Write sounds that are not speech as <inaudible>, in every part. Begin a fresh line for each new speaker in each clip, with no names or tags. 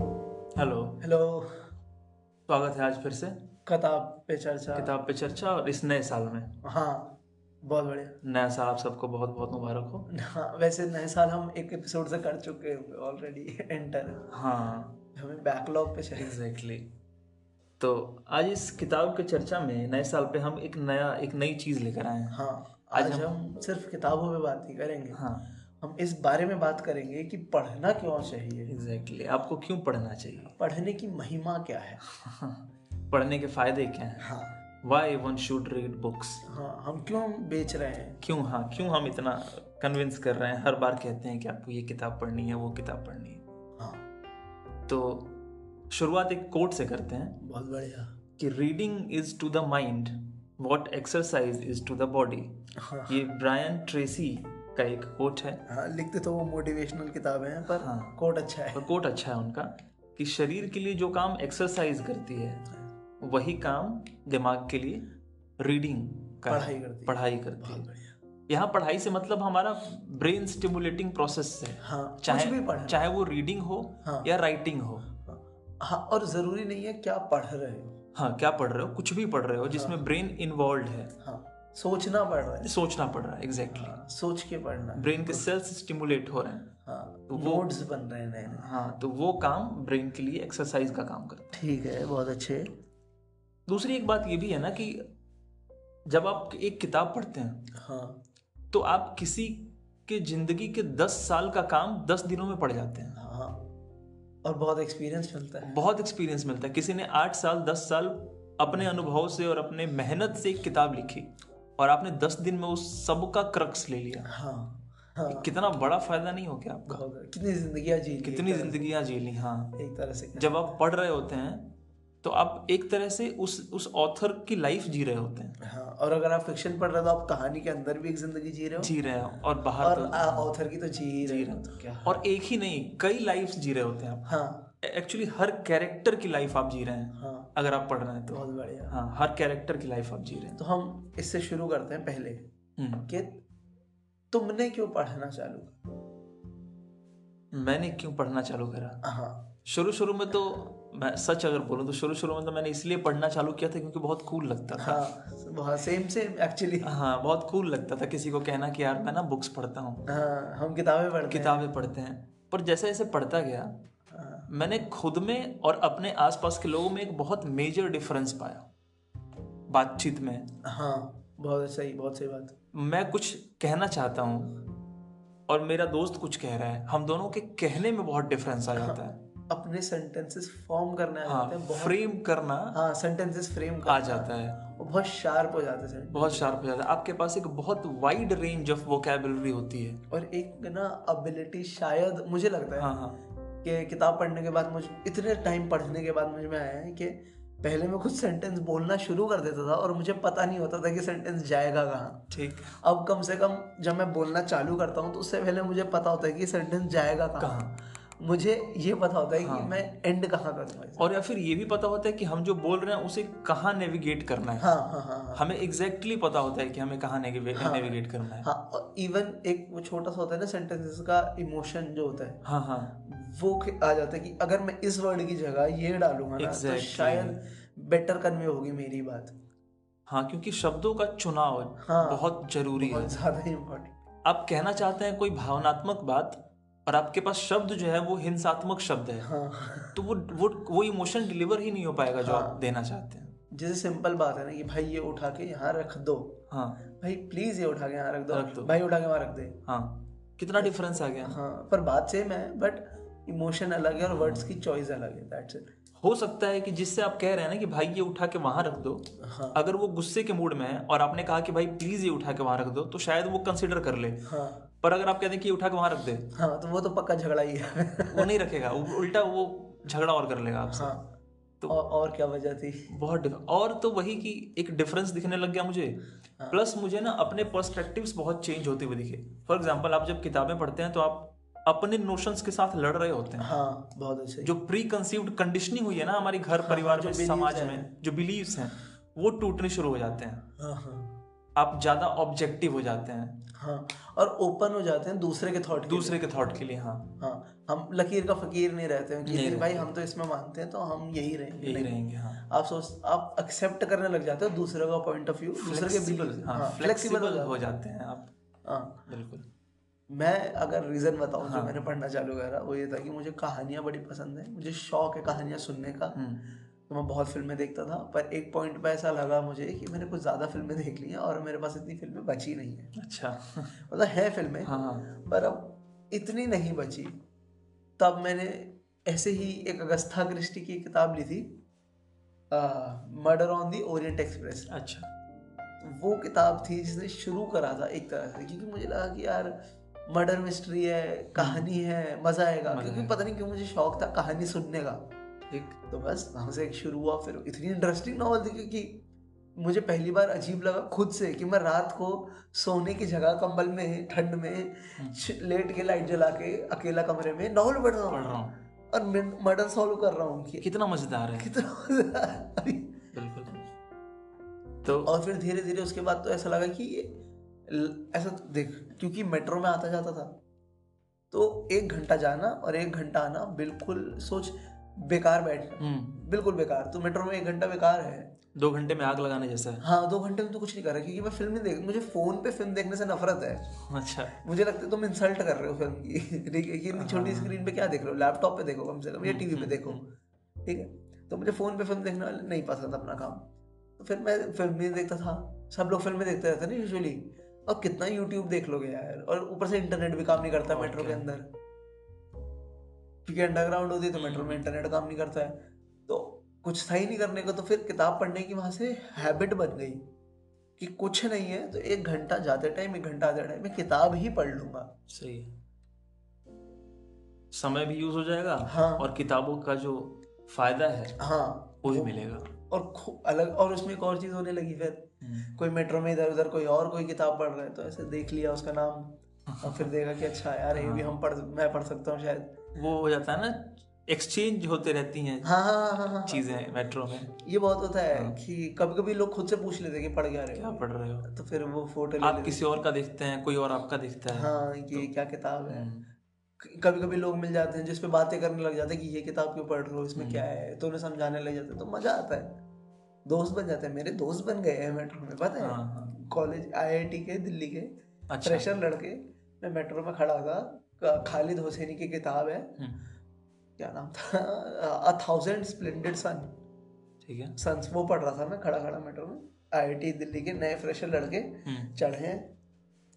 Hello
hello
स्वागत है आज फिर से
किताब पे चर्चा
किताब पे चर्चा और इस नए साल में
हाँ बहुत बढ़िया
नया साल आप सबको बहुत बहुत मुबारक हो
हाँ वैसे नए साल हम एक एपिसोड से कर चुके हैं ऑलरेडी एंटर
हाँ
हमें बैकलॉग पे चाहिए
एग्जैक्टली तो आज इस किताब के चर्चा में नए साल पे हम एक नया एक नई चीज़ लेकर आए हैं
हाँ आज,
आज
हम, सिर्फ किताबों पे बात नहीं करेंगे
हाँ
हम इस बारे में बात करेंगे कि पढ़ना क्यों चाहिए
एग्जैक्टली आपको क्यों पढ़ना चाहिए
पढ़ने की महिमा क्या है
<laughs> पढ़ने के फायदे क्या हैं
हाँ
why one should read books
हाँ हम क्यों बेच रहे हैं
क्यों हाँ क्यों हम इतना कन्विंस कर रहे हैं हर बार कहते हैं कि आपको ये किताब पढ़नी है वो किताब पढ़नी है
हाँ
तो शुरुआत एक कोट से करते हैं
बहुत बढ़िया
कि reading is to the mind what exercise is to the body
हाँ
ये ब्रायन ट्रेसी का एक कोट है
हाँ लिखते तो वो मोटिवेशनल किताबें हैं पर
हाँ
कोट अच्छा है
और कोट अच्छा है उनका कि शरीर के लिए जो काम एक्सरसाइज करती है वही काम दिमाग के लिए रीडिंग का है,
पढ़ाई करती है। हाँ।
पढ़ाई करती
बहुत
है
बढ़िया
यहाँ पढ़ाई से मतलब हमारा ब्रेन स्टिमुलेटिंग प्रोसेस है
हाँ कुछ
चाहे
भी पढ़ना
चाहे वो रीडिंग हो
हाँ।
या राइटिंग हो
हाँ और जरूरी नहीं है क्या पढ़ रहे हो
हाँ क्या पढ़ रहे हो कुछ भी पढ़ रहे हो जिसमें ब्रेन इन्वॉल्व है
हाँ सोचना पड़ रहा है
सोचना पड़ रहा है एग्जैक्टली
हाँ, सोच के पढ़ना है
ब्रेन के सेल्स स्टिमुलेट हो रहे हैं
हाँ नोट्स बन रहे हैं नए नए।
हाँ तो वो काम ब्रेन के लिए एक्सरसाइज का काम करता है
ठीक है बहुत अच्छे
दूसरी एक बात ये भी है ना कि जब आप एक किताब पढ़ते हैं
हाँ
तो आप किसी के जिंदगी के दस साल का काम दस दिनों में पड़ जाते हैं
हाँ और बहुत एक्सपीरियंस मिलता है
बहुत एक्सपीरियंस मिलता है किसी ने आठ साल दस साल अपने अनुभव से और अपने मेहनत से एक किताब लिखी और आपने दस दिन में उस सब का क्रक्स ले लिया
हाँ हाँ
कितना बड़ा फायदा नहीं हो गया आपका
बहुत कितनी जिंदगी जी ली
कितनी जिंदगियां जी ली हाँ
एक तरह से
जब आप पढ़ रहे होते हैं तो आप एक तरह से उस उस ऑथर की लाइफ जी रहे होते हैं
हाँ और अगर आप फिक्शन पढ़ रहे हो तो आप कहानी के अंदर भी एक जिंदगी जी रहे हो
जी रहे हैं और बाहर
और ऑथर की तो जी ही रहे हो तो क्या
और एक ही नहीं कई लाइफ जी रहे होते हैं आप
हाँ
एक्चुअली हर कैरेक्टर की लाइफ आप जी रहे हैं
हाँ
अगर आप पढ़ रहे हैं तो
बहुत बढ़िया
हाँ हर कैरेक्टर की लाइफ आप जी रहे हैं
तो हम इससे शुरू करते हैं पहले
हम्म,
कि तुमने क्यों पढ़ना चालू करा?
हम्म, मैंने क्यों पढ़ना चालू करा
हाँ
शुरू शुरू में तो मैं सच अगर बोलूँ तो शुरू शुरू में तो मैंने इसलिए पढ़ना चालू किया था क्योंकि बहुत कूल लगता था
हाँ बहुत सेम सेम एक्चुअली
हाँ बहुत कूल लगता था किसी को कहना कि यार मैं ना बुक्स पढ़ता हूँ
हाँ हम किताबें पढ़ते
किताबें पढ़ते हैं पर जैसे जैसे पढ़ता गया
हैं हाँ,
मैंने खुद में और अपने आसपास के लोगों में एक बहुत मेजर डिफरेंस पाया बातचीत में
हाँ बहुत सही बहुत सही बात
मैं कुछ कहना चाहता हूँ और मेरा दोस्त कुछ कह रहा है हम दोनों के कहने में बहुत डिफरेंस आ जाता है
अपने सेंटेंसेस फॉर्म करने आ जाते हैं
हाँ फ्रेम करना
बहुत- हाँ सेंटेंसेस फ्रेम
आ
कर
जाता है
वो बहुत शार्प हो जाते हैं
बहुत शार्प हो जाता है आपके पास एक बहुत वाइड रेंज ऑफ वोकेबलरी होती है
और एक ना अबिलिटी शायद मुझे लगता है
हाँ हाँ
कि किताब पढ़ने के बाद मुझ इतने टाइम पढ़ने के बाद मुझ में आया है कि पहले मैं कुछ सेंटेंस बोलना शुरू कर देता था और मुझे पता नहीं होता था कि सेंटेंस जाएगा कहाँ
ठीक
अब कम से कम जब मैं बोलना चालू करता हूँ तो उससे पहले मुझे पता होता है कि सेंटेंस जाएगा कहाँ
कहाँ हाँ।
मुझे ये पता होता है कि मैं एंड कहाँ करूँगा इसे।
और या फिर ये भी पता होता है कि हम जो बोल रहे हैं उसे कहाँ नेविगेट करना है
हाँ हाँ हाँ हाँ
हमें एग्जैक्टली exactly पता होता है कि हमें कहाँ नेविगेट करना है
हाँ और इवन एक वो छोटा सा होता है ना सेंटेंसेस का इमोशन जो होता है
हाँ हाँ
वो खे- आ जाता है कि अगर मैं इस वर्ड की जगह ये डालूंगा ना तो
Exactly.
शायद बेटर कन्वे होगी मेरी बात
हाँ क्योंकि शब्दों का चुनाव
हाँ।
बहुत जरूरी है
बहुत ज़्यादा इम्पोर्टेंट
आप कहना चाहते हैं कोई भावनात्मक बात और आपके पास शब्द जो है वो हिंसात्मक शब्द है
हाँ
तो वो वो वो इमोशन डिलीवर ही नहीं हो पाएगा जो आप देना चाहते हैं
जैसे सिंपल बात है ना कि भाई ये उठा के यहाँ रख दो
हाँ
भाई प्लीज़ ये उठा के यहाँ रख दो
रख दो।
भाई उठा के वहाँ रख दे
हाँ कितना डिफरेंस आ गया
हाँ पर बात सेम है बट इमोशन अलग है और वर्ड्स की चॉइस अलग है दैट्स इट
हो सकता है कि जिससे आप कह रहे हैं ना कि भाई ये उठा के वहां रख दो
हाँ
अगर वो गुस्से के मूड में है और आपने कहा कि भाई प्लीज ये उठा के वहां रख दो तो शायद वो कंसिडर कर ले
हाँ
पर अगर आप कह दें कि ये उठा के वहां रख दे
हाँ तो वो तो पक्का झगड़ा ही है
वो नहीं रखेगा उ- उल्टा वो झगड़ा और कर लेगा आपसे
हाँ
तो-
और, और क्या वजह थी
बहुत डिफ- और तो वही कि एक डिफरेंस दिखने लग गया मुझे प्लस मुझे ना अपने पर्सपेक्टिव्स बहुत चेंज होते हुए दिखे फॉर एग्जाम्पल आप जब किताबें पढ़ते हैं तो आप अपने नोशंस के साथ लड़ रहे होते हैं
हाँ बहुत अच्छा
जो प्री कंसीव्ड कंडीशनिंग हुई है ना हमारी घर परिवार में समाज में जो बिलीव्स हैं वो टूटने शुरू हो जाते हैं
हाँ हाँ
आप ज़्यादा ऑब्जेक्टिव हो जाते हैं
हाँ और ओपन हो जाते हैं दूसरे के थॉट
दूसरे के थॉट के लिए हाँ
हाँ हम लकीर का फकीर नहीं रहते हैं कि
नहीं
नहीं भाई हम तो इसमें मानते हैं तो हम यही रहेंगे
यही
नहीं।
रहेंगे हाँ
आप सोच आप एक्सेप्ट करने लग जाते हो दूसरे का पॉइंट ऑफ व्यू दूसरे के
Flexible,
belief-
हाँ
हाँ, flexible हो
फ्लेक्सिबल
जाते
हो जाते हैं आप
हो। हाँ
बिल्कुल
मैं अगर रीज़न बताऊं जो
हाँ।
मैंने पढ़ना चालू करा वो ये था कि मुझे कहानियाँ बड़ी पसंद है मुझे शौक है कहानियाँ सुनने का
हम्म,
तो मैं बहुत फिल्में देखता था पर एक पॉइंट पे ऐसा लगा मुझे कि मैंने कुछ ज़्यादा फिल्में देख ली हैं और मेरे पास इतनी फिल्में बची नहीं है
अच्छा <laughs>
मतलब है फिल्में
हाँ हाँ
पर अब इतनी नहीं बची तब मैंने ऐसे ही एक अगस्था क्रिस्टी की किताब ली थी murder on the Orient Express
अच्छा
वो किताब थी जिसने शुरू करा था एक तरह से क्योंकि मुझे लगा कि यार मर्डर मिस्ट्री है कहानी है मजा आएगा
हम्म। मजा
क्योंकि
आएगा।
पता नहीं क्यों मुझे शौक था कहानी सुनने का
एक
तो बस वहाँ से एक शुरू हुआ फिर इतनी इंटरेस्टिंग नॉवल थी क्योंकि मुझे पहली बार अजीब लगा खुद से कि मैं रात को सोने की जगह कंबल में ठंड में
हम्म।
छ- लेट के लाइट जला के अकेला कमरे में नॉवल पढ़ रहा
पढ़
हूँ
रहा हूँ
और मर्डर सॉल्व कर रहा हूँ कि तो
कितना मजेदार है
<laughs> कितना मजा-
बिल्कुल तो
और फिर धीरे धीरे उसके बाद तो ऐसा लगा कि ये ल- ऐसा देख क्योंकि मेट्रो में आता जाता था तो एक घंटा जाना और एक घंटा आना बिल्कुल सोच बेकार बैठ
हम्म,
बिल्कुल बेकार तो मेट्रो में एक घंटा बेकार है
दो घंटे में आग लगाने जैसा है
हाँ दो घंटे में तो कुछ नहीं कर रहा क्योंकि मैं फिल्म नहीं देख मुझे फोन पे फिल्म देखने से नफरत है
अच्छा
मुझे लगता है तुम इंसल्ट कर रहे हो फिल्म की <laughs> ठीक है कि इतनी छोटी स्क्रीन पे क्या देख रहे हो लैपटॉप पे देखो कम से कम या टीवी पे देखो ठीक है तो मुझे फोन पे फिल्म देखने वाले नहीं पसंद अपना काम तो फिर मैं फिल्म नहीं देखता था सब लोग फिल्में देखते रहते हैं ना यूजुअली और कितना यूट्यूब देख लोगे यार और ऊपर से इंटरनेट भी काम नहीं करता
और
मेट्रो के
क्या।
अंदर क्योंकि अंडरग्राउंड होती है तो मेट्रो में इंटरनेट काम नहीं करता है तो कुछ था ही नहीं करने को तो फिर किताब पढ़ने की वहां से हैबिट बन गई कि कुछ नहीं है तो एक घंटा जाते टाइम एक घंटा आते टाइम मैं किताब ही पढ़ लूंगा
सही है समय भी यूज हो जाएगा
हाँ।
और किताबों का जो फायदा है
हाँ
वो भी मिलेगा
और खूब अलग और उसमें एक और चीज़ होने लगी फिर
हम्म।
कोई मेट्रो में इधर उधर कोई और कोई किताब पढ़ रहा है तो ऐसे देख लिया उसका नाम और फिर देखा कि अच्छा यार ये भी
हाँ।
हम पढ़ मैं पढ़ सकता हूँ शायद
वो हो जाता है ना एक्सचेंज होते रहती हैं
हाँ हाँ हाँ, हाँ हाँ
चीजें मेट्रो में
ये बहुत होता
हाँ।
है कि कभी कभी लोग खुद से पूछ लेते हैं कि पढ़ क्या रहे
क्या
हो
पढ़ रहे हो
तो फिर वो फोटो ले
आप तो किसी और का देखते हैं कोई और आपका देखता है
हाँ ये क्या किताब है
हम्म,
कभी कभी लोग मिल जाते हैं जिस पे बातें करने लग जाते हैं कि ये किताब क्यों पढ़ रहे हो
हम्म।
इसमें क्या है तो उन्हें समझाने लग जाते हैं तो मजा आता है दोस्त बन जाते हैं मेरे दोस्त बन गए हैं मेट्रो में पता
हाँ,
है
हाँ।
कॉलेज आईआईटी के दिल्ली के
अच्छा
फ्रेशर लड़के मैं मेट्रो में खड़ा था का- खालिद हुसैनी की किताब है
हम्म,
क्या नाम था अ थाउजेंड स्प्लेंडेड सन
ठीक है
सन्स वो पढ़ रहा था मैं खड़ा खड़ा मेट्रो में आईआईटी दिल्ली के नए फ्रेशर लड़के
हम्म,
चढ़े हैं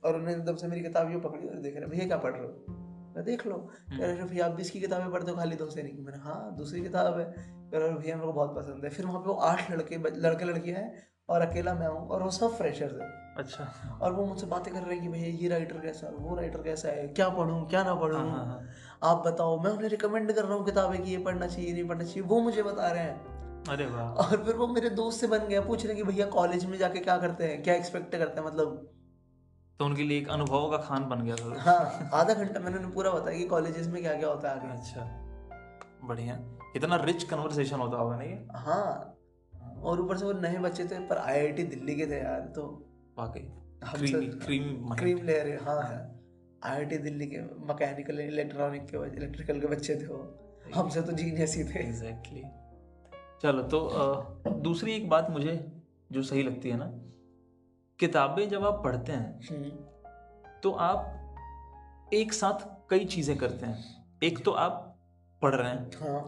और उन्होंने एकदम से मेरी किताब यूँ पकड़ी और देख रहे भैया क्या पढ़ रहे हो मैं देख लो
हम्म।
कह रहे "अच्छा भैया आप भी इसकी किताबें पढ़ते हो खाली दो से नहीं की मैंने हाँ दूसरी किताब है कह रहे भैया मेरे को बहुत पसंद है फिर वहाँ पे वो आठ लड़के लड़के लड़कियाँ हैं और अकेला मैं हूँ और वो सब फ्रेशर्स हैं
अच्छा हाँ,
और वो मुझसे बातें कर रहे हैं कि भैया ये राइटर कैसा है वो राइटर कैसा है क्या पढूं क्या ना पढूं
हाँ, हाँ।
आप बताओ मैं उन्हें रिकमेंड कर रहा हूँ किताबें कि ये पढ़ना चाहिए नहीं पढ़ना चाहिए वो मुझे बता रहे हैं
हाँ। अरे वाह
और फिर वो मेरे दोस्त से बन गए पूछ रहे हैं कि भैया कॉलेज में जाके क्या करते हैं क्या एक्सपेक्ट करते हैं मतलब
तो उनके लिए एक अनुभव का खान बन गया था
हाँ आधा घंटा मैंने उन्हें पूरा बताया कि कॉलेजेस में क्या क्या होता है आगे
अच्छा बढ़िया इतना रिच कन्वर्सेशन होता होगा नहीं
हाँ और ऊपर से वो नए बच्चे थे पर आईआईटी दिल्ली के थे यार तो
वाकई
हम
क्रीमी
सब-
क्रीम
क्रीम ले रहे हाँ आईआईटी दिल्ली के मैकेनिकल इलेक्ट्रॉनिक के इलेक्ट्रिकल के बच्चे थे वो हमसे तो जीनियस ही थे
एग्जैक्टली चलो तो अ, दूसरी एक बात मुझे जो सही लगती है ना किताबें जब आप पढ़ते हैं
हम्म,
तो आप एक साथ कई चीजें करते हैं एक तो आप पढ़ रहे हैं
हाँ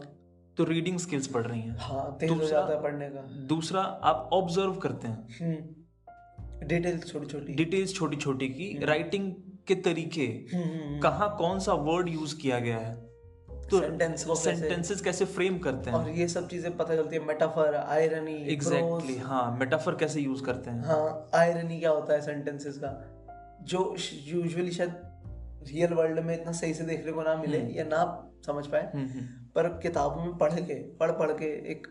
तो रीडिंग स्किल्स बढ़ रही हैं
हाँ तेज हो
दूसरा-
जाता है पढ़ने का
दूसरा आप ऑब्जर्व करते हैं
हम्म डिटेल्स छोटी छोटी
डिटेल्स छोटी छोटी की राइटिंग के तरीके
हम्म, हम्म, हम्म।
कहाँ कौन सा वर्ड यूज किया गया है तो
Sentence को कैसे-
सेंटेंसेस कैसे फ्रेम करते हैं
और ये सब चीजें पता चलती है मेटाफर आयरनी
एग्जैक्टली हाँ मेटाफर कैसे यूज करते हैं
हाँ आयरनी क्या होता है सेंटेंसेस का जो यूजुअली शायद रियल वर्ल्ड में इतना सही से देखने को ना मिले या ना समझ पाए
हम्म, हम्म।
पर किताबों में पढ़ के पढ़ पढ़ के एक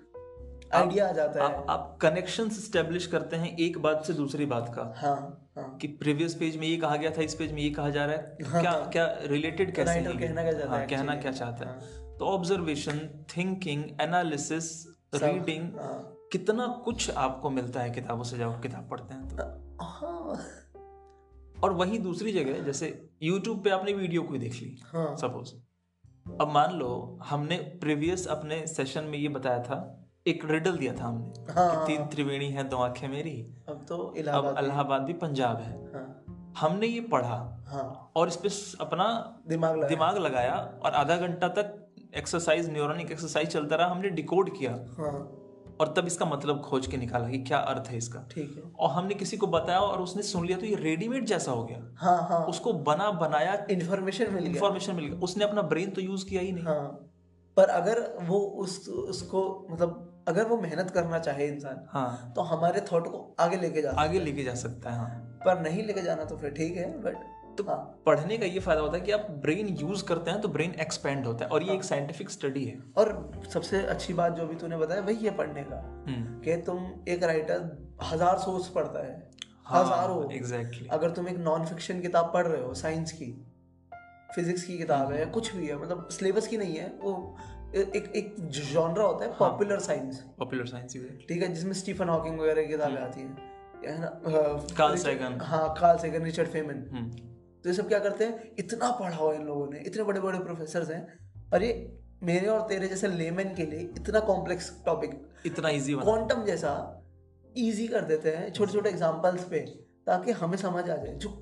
आइडिया आ जाता है
आप आप कनेक्शन स्टेब्लिश करते हैं एक बात से दूसरी बात का
हाँ हाँ
कि प्रीवियस पेज में ये कहा गया था इस पेज में ये कहा जा रहा है
हाँ,
क्या
हाँ।
क्या रिलेटेड कैसे
Writer
है ये?
कहना क्या चाहता
हाँ,
है
कहना
actually? हाँ।
क्या चाहता है तो ऑब्जर्वेशन थिंकिंग एनालिसिस
सब,
रीडिंग
हाँ।
कितना कुछ आपको मिलता है किताबों से जब आप किताब पढ़ते हैं तो
हाँ
और वहीं दूसरी जगह जैसे यूट्यूब पे आपने वीडियो कोई देख ली
हाँ
सपोज अब मान लो हमने प्रीवियस अपने सेशन में ये बताया था एक रिडल दिया था हमने
हाँ,
कि तीन त्रिवेणी है दो आंखें मेरी
अब तो
अब
इलाहाबाद
इलाहाबाद भी पंजाब है
हाँ
हमने ये पढ़ा
हाँ
और इस पे स- अपना
दिमाग लगा
दिमाग लगाया और आधा घंटा तक एक्सरसाइज न्यूरॉनिक एक्सरसाइज चलता रहा हमने डिकोड किया
हाँ
और तब इसका मतलब खोज के निकाला कि क्या अर्थ है इसका
ठीक है
और हमने किसी को बताया और उसने सुन लिया तो ये रेडीमेड जैसा हो गया
हाँ हाँ
उसको बना बनाया
इन्फॉर्मेशन मिल गया
इंफॉर्मेशन मिल गया उसने अपना ब्रेन तो यूज किया ही नहीं
हाँ पर अगर वो उस उसको मतलब अगर वो मेहनत करना चाहे इंसान
हाँ
तो हमारे थॉट को आगे लेके जा
आगे लेके जा सकता है हाँ
पर नहीं लेके जाना तो फिर ठीक है बट
तो
हाँ
पढ़ने का ये फायदा होता है कि आप ब्रेन यूज करते हैं तो ब्रेन एक्सपेंड होता है और ये एक साइंटिफिक स्टडी है
और सबसे अच्छी बात जो भी तूने बताया वही है पढ़ने का
हम्म,
कि तुम एक राइटर हजार सोर्स पढ़ता है
हाँ,
हजारों
exactly.
अगर तुम एक नॉन फिक्शन किताब पढ़ रहे हो साइंस की फिजिक्स की किताब है कुछ भी है मतलब सिलेबस की नहीं है वो ए- एक एक जॉनरा होता है popular science
popular science use
ठीक है जिसमें स्टीफन हॉकिंग वगैरह की किताबें आती हैं है ना अ,
कार्ल
रिचर्ड-
सैगन।
हाँ कार्ल सैगन रिचर्ड फेमन
हम्म।
तो ये सब क्या करते हैं इतना पढ़ा हुआ है इन लोगों ने इतने बड़े बड़े प्रोफेसर हैं और ये मेरे और तेरे जैसे लेमन के लिए इतना कॉम्प्लेक्स टॉपिक
इतना इजी बना
क्वांटम जैसा इजी कर देते हैं छोटे छोटे एग्जाम्पल्स पे ताकि हमें समझ आ जाए जो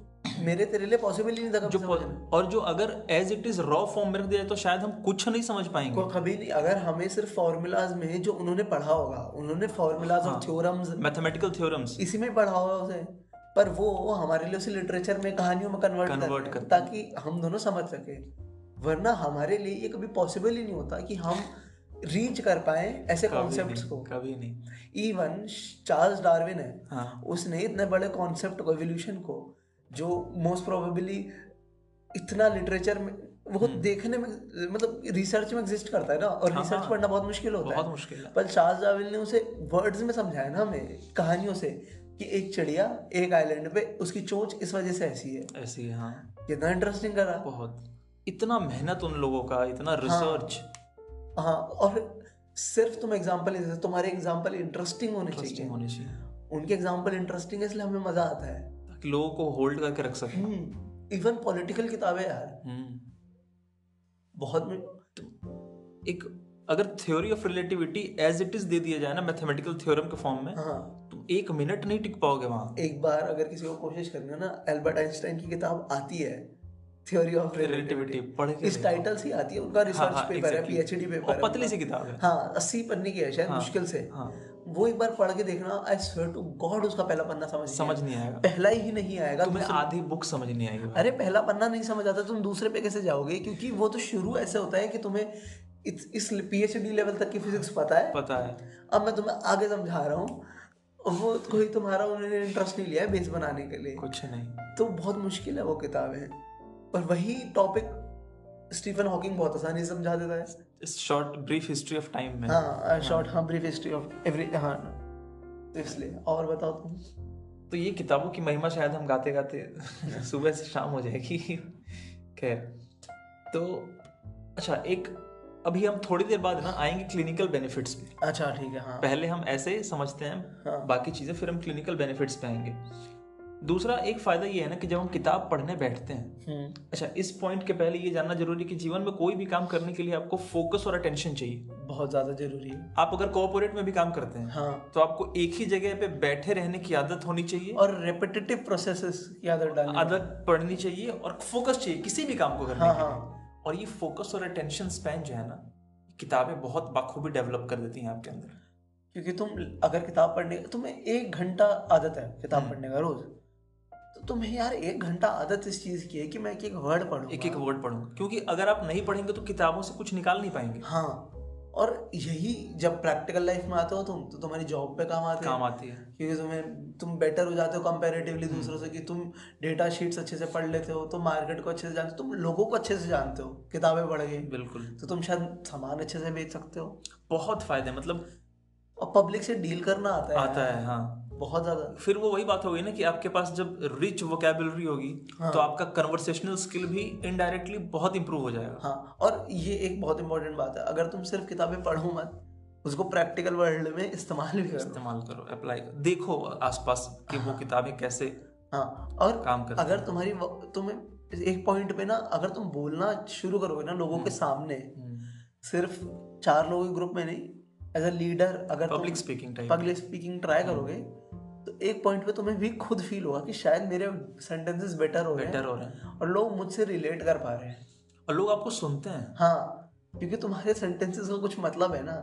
मेरे तेरे लिए पॉसिबल ही नहीं था कभी
जो
समझना।
पो- और जो अगर as it is raw form में रख दिया जाए तो शायद हम कुछ नहीं समझ पाएंगे
को कभी नहीं अगर हमें सिर्फ फार्मूलाज में जो उन्होंने पढ़ा होगा उन्होंने फार्मूलाज
हाँ।
और थ्योरम्स
मैथमेटिकल थ्योरम्स
इसी में पढ़ा होगा उसे पर वो हमारे लिए उसे लिटरेचर में कहानियों में कन्वर्ट
Convert
कर
करते
ताकि हम दोनों समझ सके वरना हमारे लिए ये कभी पॉसिबल ही नहीं होता कि हम रीच कर पाए ऐसे कॉन्सेप्ट्स को
कभी नहीं
इवन चार्ल्स डार्विन है
हाँ
उसने इतने बड़े कॉन्सेप्ट को एवोल्यूशन को जो मोस्ट प्रोबेबली इतना लिटरेचर में वो देखने में मतलब रिसर्च में एग्जिस्ट करता है ना और
हम्म। हाँ,
रिसर्च
हाँ।
पढ़ना बहुत मुश्किल होता
बहुत
है
मुश्किल है
पर चार्ल्स डार्विन ने उसे वर्ड्स में समझाया ना हमें कहानियों से कि एक चिड़िया एक आइलैंड पे उसकी चोंच इस वजह से ऐसी है
ऐसी है, हाँ
कितना इंटरेस्टिंग करा
बहुत इतना मेहनत उन लोगों का इतना रिसर्च
हाँ और सिर्फ तुम एग्जाम्पल नहीं दे सकते, तुम्हारे एग्जाम्पल इंटरेस्टिंग होने
इंटरेस्टिंग
चाहिए
होनी चाहिए
उनके एग्जाम्पल इंटरेस्टिंग है इसलिए हमें मजा आता है
ताकि लोगों को होल्ड करके रख सकें
इवन पॉलिटिकल किताबें यार
हम्म।
बहुत में
एक अगर theory of relativity as it is दे दिया जाए ना मैथमेटिकल थ्योरम के फॉर्म में
हाँ
तुम एक मिनट नहीं टिक पाओगे वहाँ
एक बार अगर किसी को कोशिश करनी हो ना एल्बर्ट आइंस्टाइन की किताब आती है थ्योरी ऑफ
रिलेटिविटी
रिलेटिविटी
पढ़ के
इस टाइटल से ही आती है उनका रिसर्च
हाँ,
पेपर है
exactly.
पीएचडी पेपर
और
है
पतली
उनका।
सी किताब है
हाँ अस्सी पन्ने की है शायद मुश्किल से
हाँ
वो एक बार पढ़ के देखना आई स्वेयर टू गॉड उसका पहला पन्ना समझ नहीं
समझ नहीं आएगा
आएगा। पहला ही नहीं आएगा
तुम्हें
दूसरा-
आधी बुक समझ नहीं आएगी भाई।
अरे पहला पन्ना नहीं समझ आता तुम दूसरे पे कैसे जाओगे क्योंकि वो तो शुरू ऐसे होता है कि तुम्हें इस- इस पीएचडी लेवल तक की फिजिक्स पता है
पता है
अब मैं तुम्हें आगे समझा रहा हूँ वो कोई तुम्हारा उन्होंने इंटरेस्ट नहीं लिया है बेस बनाने के लिए
कुछ नहीं
तो बहुत मुश्किल है वो किताबें पर वही टॉपिक स्टीफन हॉकिंग बहुत आसानी से समझा देता है
इस short brief history of time में
हाँ शॉर्ट हाँ ब्रीफ हिस्ट्री ऑफ एवरी हाँ तो इसलिए और बताओ तुम
तो ये किताबों की महिमा शायद हम गाते गाते <laughs> सुबह से शाम हो जाएगी खैर तो अच्छा एक अभी हम थोड़ी देर बाद ना आएंगे क्लिनिकल बेनिफिट्स पे
अच्छा ठीक है हाँ
पहले हम ऐसे समझते हैं
हाँ
बाकी चीज़ें फिर हम क्लिनिकल बेनिफिट्स पे आएंगे दूसरा एक फ़ायदा ये है ना कि जब हम किताब पढ़ने बैठते हैं
हम्म,
अच्छा इस पॉइंट के पहले ये जानना जरूरी है कि जीवन में कोई भी काम करने के लिए आपको फोकस और अटेंशन चाहिए
बहुत ज़्यादा जरूरी है
आप अगर कोऑपरेट में भी काम करते हैं
हाँ
तो आपको एक ही जगह पे बैठे रहने की आदत होनी चाहिए
और रेपिटेटिव प्रोसेसेस की आदत डालनी
आदत पढ़नी चाहिए और फोकस चाहिए किसी भी काम को करने
हाँ,
के लिए और ये फोकस और अटेंशन स्पैन जो है ना ये किताबें बहुत बखूबी डेवलप कर देती हैं आपके अंदर
क्योंकि तुम अगर किताब पढ़ने तुम्हें एक घंटा आदत है किताब पढ़ने का रोज तो तुम्हें यार एक घंटा आदत इस चीज की है कि मैं एक एक वर्ड पढ़ूं
एक एक वर्ड पढ़ूंगा क्योंकि अगर आप नहीं पढ़ेंगे तो किताबों से कुछ निकाल नहीं पाएंगे
हाँ और यही जब प्रैक्टिकल लाइफ में आते हो तुम तो तुम्हारी जॉब पे काम आते
काम
हैं
आती है
क्योंकि तुम्हें तुम बेटर हो जाते हो कंपैरेटिवली दूसरों से कि तुम डेटा शीट्स अच्छे से पढ़ लेते हो तुम मार्केट को अच्छे से जानते हो तुम लोगों को अच्छे से जानते हो किताबें पढ़ के
बिल्कुल
तो तुम शायद सामान अच्छे से बेच सकते हो
बहुत फायदे हैं, मतलब
और पब्लिक से डील करना आता है
आता है हाँ
बहुत ज़्यादा
फिर वो वही बात हो गई ना कि आपके पास जब रिच वोकेबलरी होगी
हाँ।
तो आपका कन्वर्सेशनल स्किल भी इनडायरेक्टली बहुत इंप्रूव हो जाएगा
हाँ और ये एक बहुत इंपॉर्टेंट बात है अगर तुम सिर्फ किताबें पढ़ो मत उसको प्रैक्टिकल वर्ल्ड में इस्तेमाल भी करो
इस्तेमाल करो अप्लाई करो देखो आसपास कि वो किताबें कैसे
हाँ और
काम करते
अगर तुम्हारी व- तुम्हें एक पॉइंट पे ना अगर तुम बोलना शुरू करोगे ना लोगों
Hmm.
के सामने हाँ। सिर्फ चार लोगों के ग्रुप में नहीं एज अ लीडर अगर
public speaking type
public speaking try
Hmm.
करोगे तो एक पॉइंट पे तुम्हें भी खुद फील होगा कि शायद मेरे सेंटेंसेस बेटर हो रहे
बेटर
हैं
हो रहा है
और लोग मुझसे रिलेट कर पा रहे हैं
और लोग आपको सुनते हैं
हाँ क्योंकि तुम्हारे सेंटेंसेस का कुछ मतलब है ना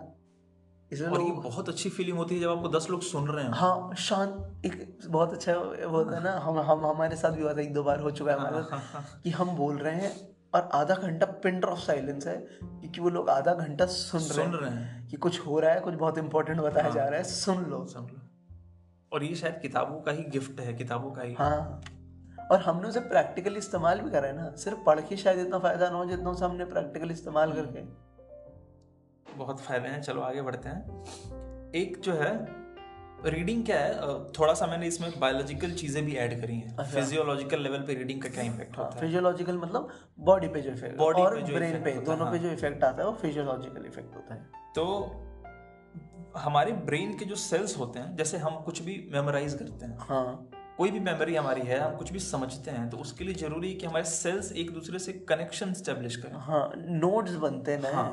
इसलिए
और ये
लोग
बहुत अच्छी फीलिंग होती है जब आपको दस लोग सुन रहे हैं
हाँ शांत एक बहुत अच्छा वो होता है ना हम हम हमारे साथ भी हुआ था एक दो बार हो चुका है
हाँ,
हमारे साथ कि हम बोल रहे हैं और आधा घंटा पिन ड्रॉप साइलेंस है क्योंकि वो लोग आधा घंटा सुन रहे
सुन
हैं
रहे हैं हाँ।
कि कुछ हो रहा है कुछ बहुत इंपॉर्टेंट बताया जा रहा है सुन लो
सुन रहे हैं। और ये शायद किताबों का ही गिफ्ट है किताबों का ही
हाँ और हमने उसे प्रैक्टिकली इस्तेमाल भी करा है ना सिर्फ पढ़ के शायद इतना फायदा ना हो जितना उसे हमने प्रैक्टिकली इस्तेमाल
हम्म,
करके हाँ,
बहुत फायदे हैं चलो आगे बढ़ते हैं एक जो है रीडिंग क्या है अ, थोड़ा सा मैंने इसमें बायोलॉजिकल चीजें भी ऐड करी हैं फिजियोलॉजिकल लेवल पे रीडिंग का क्या इम्पैक्ट होता है
फिजियोलॉजिकल मतलब बॉडी पे जो इफेक्ट
Body
और
पे जो
ब्रेन
effect
पे
होता है,
दोनों पे
हाँ।
जो इफेक्ट आता है वो फिजियोलॉजिकल इफेक्ट होता है
तो हमारे ब्रेन के जो सेल्स होते हैं जैसे हम कुछ भी मेमोराइज करते हैं
हाँ
कोई भी मेमोरी हमारी है हम कुछ भी समझते हैं तो उसके लिए जरूरी है कि हमारे सेल्स एक दूसरे से कनेक्शन स्टेब्लिश करें
हाँ नोड्स बनते हैं नए।
हाँ